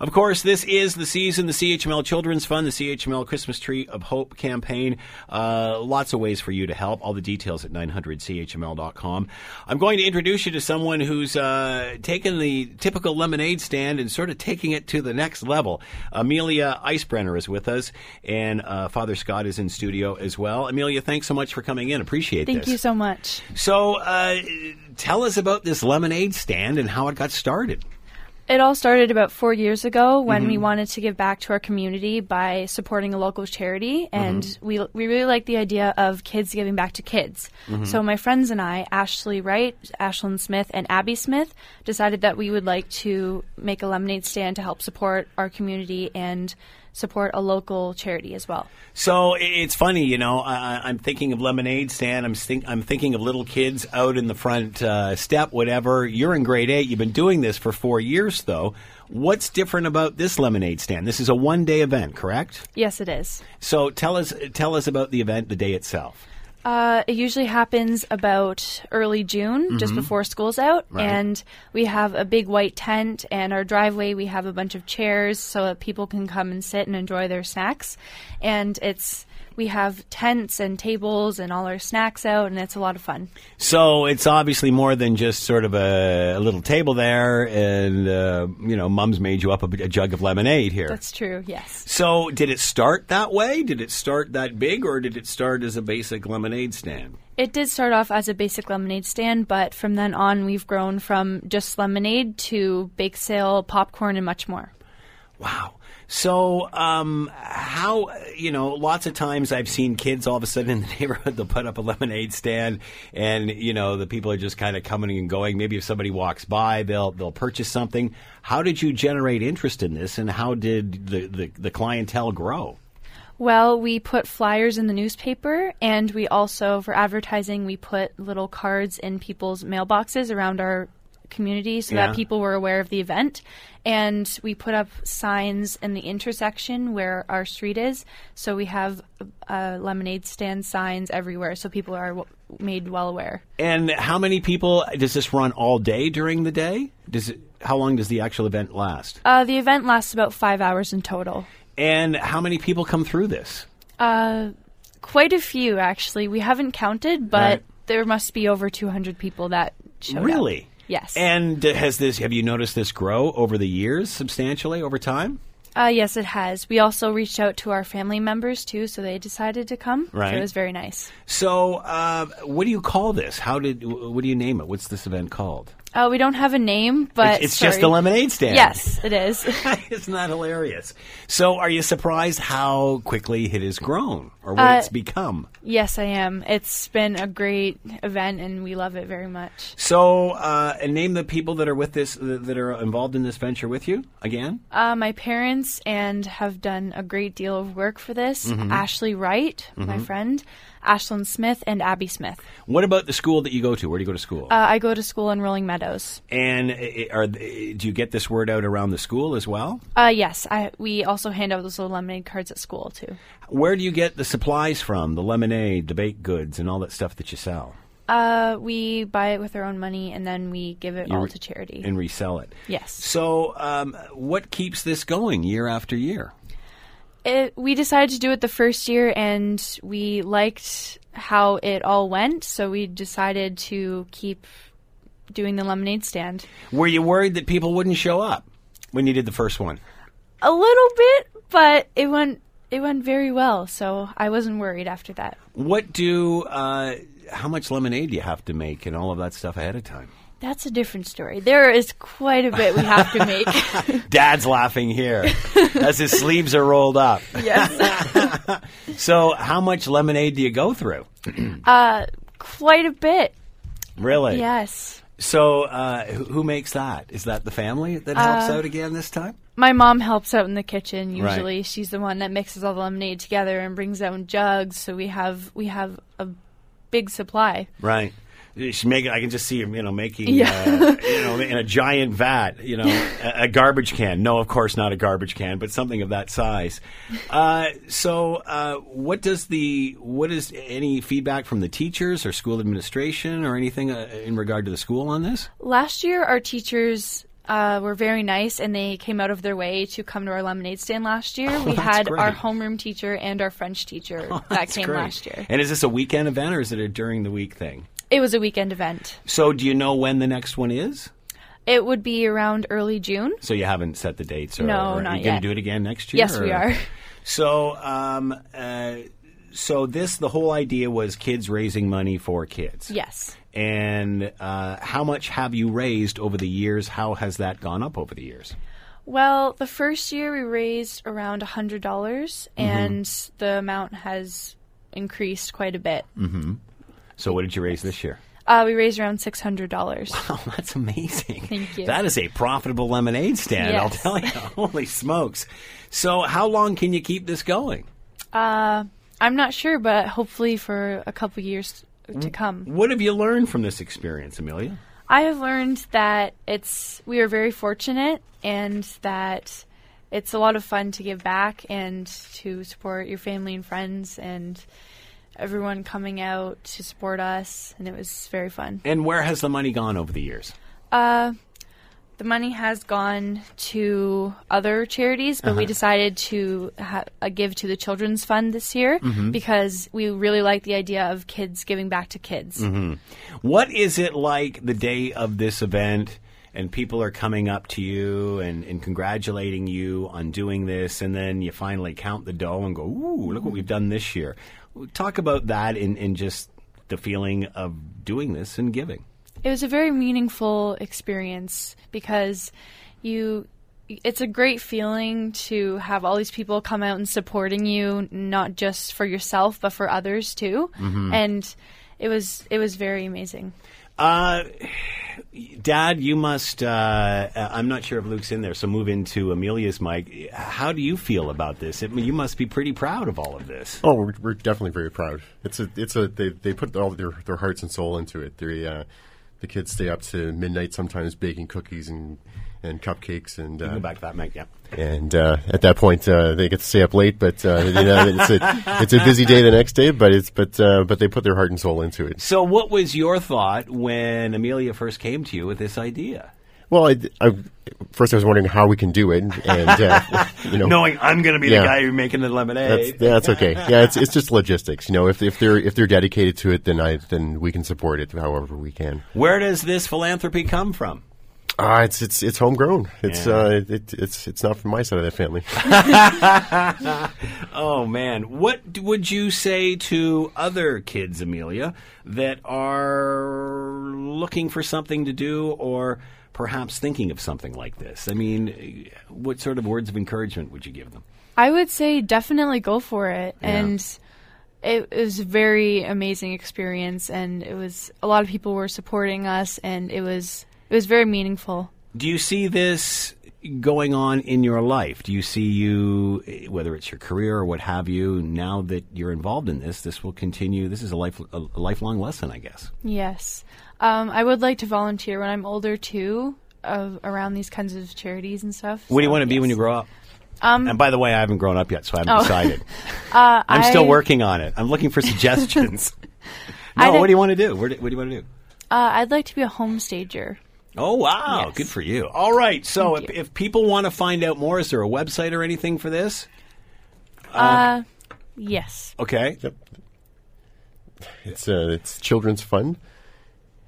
Of course, this is the season, the CHML Children's Fund, the CHML Christmas Tree of Hope campaign. Uh, lots of ways for you to help. All the details at 900chml.com. I'm going to introduce you to someone who's uh, taken the typical lemonade stand and sort of taking it to the next level. Amelia Icebrenner is with us, and uh, Father Scott is in studio as well. Amelia, thanks so much for coming in. Appreciate Thank this. you so much. So, uh, tell us about this lemonade stand and how it got started. It all started about four years ago when we wanted to give back to our community by supporting a local charity, and we we really like the idea of kids giving back to kids. So my friends and I, Ashley Wright, Ashlyn Smith, and Abby Smith, decided that we would like to make a lemonade stand to help support our community and support a local charity as well. So i- it's funny, you know. I, I- I'm thinking of lemonade stand. I'm think, I'm thinking of little kids out in the front uh, step, whatever. You're in grade eight. You've been doing this for four years, though. What's different about this lemonade stand? This is a one day event, correct? Yes, it is. So tell us tell us about the event, the day itself. Uh, it usually happens about early June, just before school's out, and we have a big white tent and our driveway. We have a bunch of chairs so that people can come and sit and enjoy their snacks. And it's we have tents and tables and all our snacks out, and it's a lot of fun. So it's obviously more than just sort of a, a little table there, and uh, you know, Mum's made you up a, a jug of lemonade here. That's true. Yes. So, did it start that way? Did it start that big, or did it start as a basic lemonade stand? It did start off as a basic lemonade stand, but from then on, we've grown from just lemonade to bake sale, popcorn, and much more. Wow. So, um, how, you know, lots of times I've seen kids all of a sudden in the neighborhood, they'll put up a lemonade stand and, you know, the people are just kind of coming and going. Maybe if somebody walks by, they'll, they'll purchase something. How did you generate interest in this and how did the, the, the clientele grow? Well, we put flyers in the newspaper, and we also, for advertising, we put little cards in people's mailboxes around our community so Yeah. that people were aware of the event. And we put up signs in the intersection where our street is. So we have uh, lemonade stand signs everywhere so people are w- made well aware. And how many people does this run all day during the day? Does it, how long does the actual event last? Uh, the event lasts about five hours in total. And how many people come through this? Uh, quite a few, actually. We haven't counted, but Right. there must be over 200 people that showed up. Really? Oh, Yes. And uh, has this? Have you noticed this grow over the years substantially over time? Uh, yes, it has. We also reached out to our family members too, so they decided to come. Right. So it was very nice. So, uh, what do you call this? How did? What do you name it? What's this event called? Uh, we don't have a name, but it's it's Uh, sorry. just the lemonade stand. Yes, it is. Isn't that hilarious? So, are you surprised how quickly it has grown or what Uh, it's become? yes, I am. It's been a great event, and we love it very much. So, uh, and name the people that are with this, that are involved in this venture with you again. Uh, my parents and have done a great deal of work for this. Mm-hmm. Ashley Wright, my friend, Ashlyn Smith, and Abby Smith. What about the school that you go to? Where do you go to school? Uh, I go to school in Rolling Meadows. and uh, are do you get this word out around the school as well? Uh, yes, I, we also hand out those little lemonade cards at school too. Where do you get the supplies from? The lemonade, the baked goods, and all that stuff that you sell? Uh, we buy it with our own money and then we give it You all re- to charity. And resell it. Yes. So, um, what keeps this going year after year? It, we decided to do it the first year and we liked how it all went, so we decided to keep doing the lemonade stand. Were you worried that people wouldn't show up when you did the first one? A little bit, but it went it went very well, so I wasn't worried after that. What do, uh, how much lemonade do you have to make and all of that stuff ahead of time? That's a different story. There is quite a bit we have to make. Dad's laughing here as his sleeves are rolled up. yes. So, how much lemonade do you go through? Quite a bit. Really? Yes. So, uh, who, who makes that? Is that the family that helps Uh, out again this time? My mom helps out in the kitchen Right. usually. She's the one that mixes all the lemonade together and brings out in jugs, so we have we have a big supply. Right. She's making. I can just see him, you know, making, Yeah. uh, you know, in a giant vat, you know, a, a garbage can. No, of course not a garbage can, but something of that size. Uh, so, uh, what does the what is any feedback from the teachers or school administration or anything uh, in regard to the school on this? Last year, our teachers uh, were very nice, and they came out of their way to come to our lemonade stand last year. Oh, we that's had our great. Oh, homeroom teacher and our French teacher that That's came great. last year. And is this a weekend event or is it a during the week thing? It was a weekend event. So, do you know when the next one is? It would be around early June. So you haven't set the dates, or, No, or not are you going to yet. do it again next year? Yes, we or- are. So, um, uh, so this the whole idea was kids raising money for kids. Yes. And uh, how much have you raised over the years? How has that gone up over the years? Well, the first year we raised around $100, dollars Mm-hmm. and the amount has increased quite a bit. So, what did you raise this year? Uh, we raised around $600. Oh, that's amazing. Thank you. That is a profitable lemonade stand, I'll Yes. tell you. Holy smokes. So, how long can you keep this going? I'm not sure, but hopefully for a couple years to come. What have you learned from this experience, Amelia? I have learned that it's we are very fortunate and that it's a lot of fun to give back and to support your family and friends and everyone coming out to support us and it was very fun. And where has the money gone over the years? The money has gone to other charities, but we decided to ha- uh, give to the children's fund this year because we really like the idea of kids giving back to kids. What is it like the day of this event and people are coming up to you and, and congratulating you on doing this and then you finally count the dough and go, ooh, look what we've done this year. Talk about that and, and just the feeling of doing this and giving. It was a very meaningful experience because you it's a great feeling to have all these people come out and supporting you not just for yourself but for others too. And it was it was very amazing. Uh, Dad, you must. Uh, I'm not sure if Luke's in there, so move into Amelia's mic. How do you feel about this? I mean, you must be pretty proud of all of this. Oh, we're, we're definitely very proud. It's a, it's a, they, they put all their, their hearts and soul into it. They, uh, the kids stay up to midnight sometimes baking cookies and, and cupcakes and, uh, Go back to that mic, yeah. and uh, at that point uh, they get to stay up late. But uh, you know, it's a, it's a busy day the next day. But it's, but, uh, but they put their heart and soul into it. So, what was your thought when Amelia first came to you with this idea? Well, I, I, first I was wondering how we can do it, and uh, you know, Knowing I'm going to be Yeah. the guy who's making the lemonade. That's, that's okay. Yeah, it's it's just logistics. You know, if if they're if they're dedicated to it, then I then we can support it however we can. Where does this philanthropy come from? Uh, it's it's it's homegrown. It's Yeah. uh, it, it's it's not from my side of that family. Oh man, what d- would you say to other kids, Amelia, that are looking for something to do or perhaps thinking of something like this? I mean, eh, what sort of words of encouragement would you give them? I would say definitely go for it and it, it was a very amazing experience and it was a lot of people were supporting us and it was it was very meaningful. Do you see this going on in your life? Do you see you, eh, whether it's your career or what have you, now that you're involved in this, this will continue? This is a, life, a lifelong lesson, I guess. Yes. Um, I would like to volunteer when I'm older too, of around these kinds of charities and stuff. What do you want to be when you grow up? Um, and by the way, I haven't grown up yet, so I oh. haven't decided. Uh, I'm still working on it. I'm looking for suggestions. no, I'd- what do you want to do? Where do- What do you want to do? Uh, I'd like to be a homestager. Oh, wow. Yes. Good for you. All right. So if, Thank you. if people want to find out more, is there a website or anything for this? Yes. Okay. yep. It's uh, it's children's fun.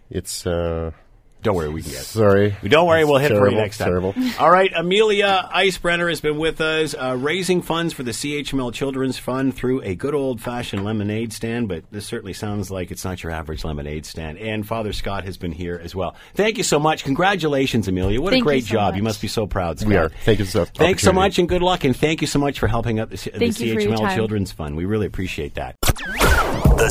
It's uh, Don't worry, we can get it. sorry. Don't worry, we'll hit terrible, for you next time. Terrible. All right, Amelia Icebrenner has been with us, uh, raising funds for the CHML Children's Fund through a good old fashioned lemonade stand, but this certainly sounds like it's not your average lemonade stand. And Father Scott has been here as well. Thank you so much. Congratulations, Amelia. What a Thank you great so job. You much. must be so proud, Scott. We are. Thank you so Thanks so opportunity. much and good luck, and thank you so much for helping out the, C- the Thank you for your CHML time. Children's Fund. We really appreciate that. The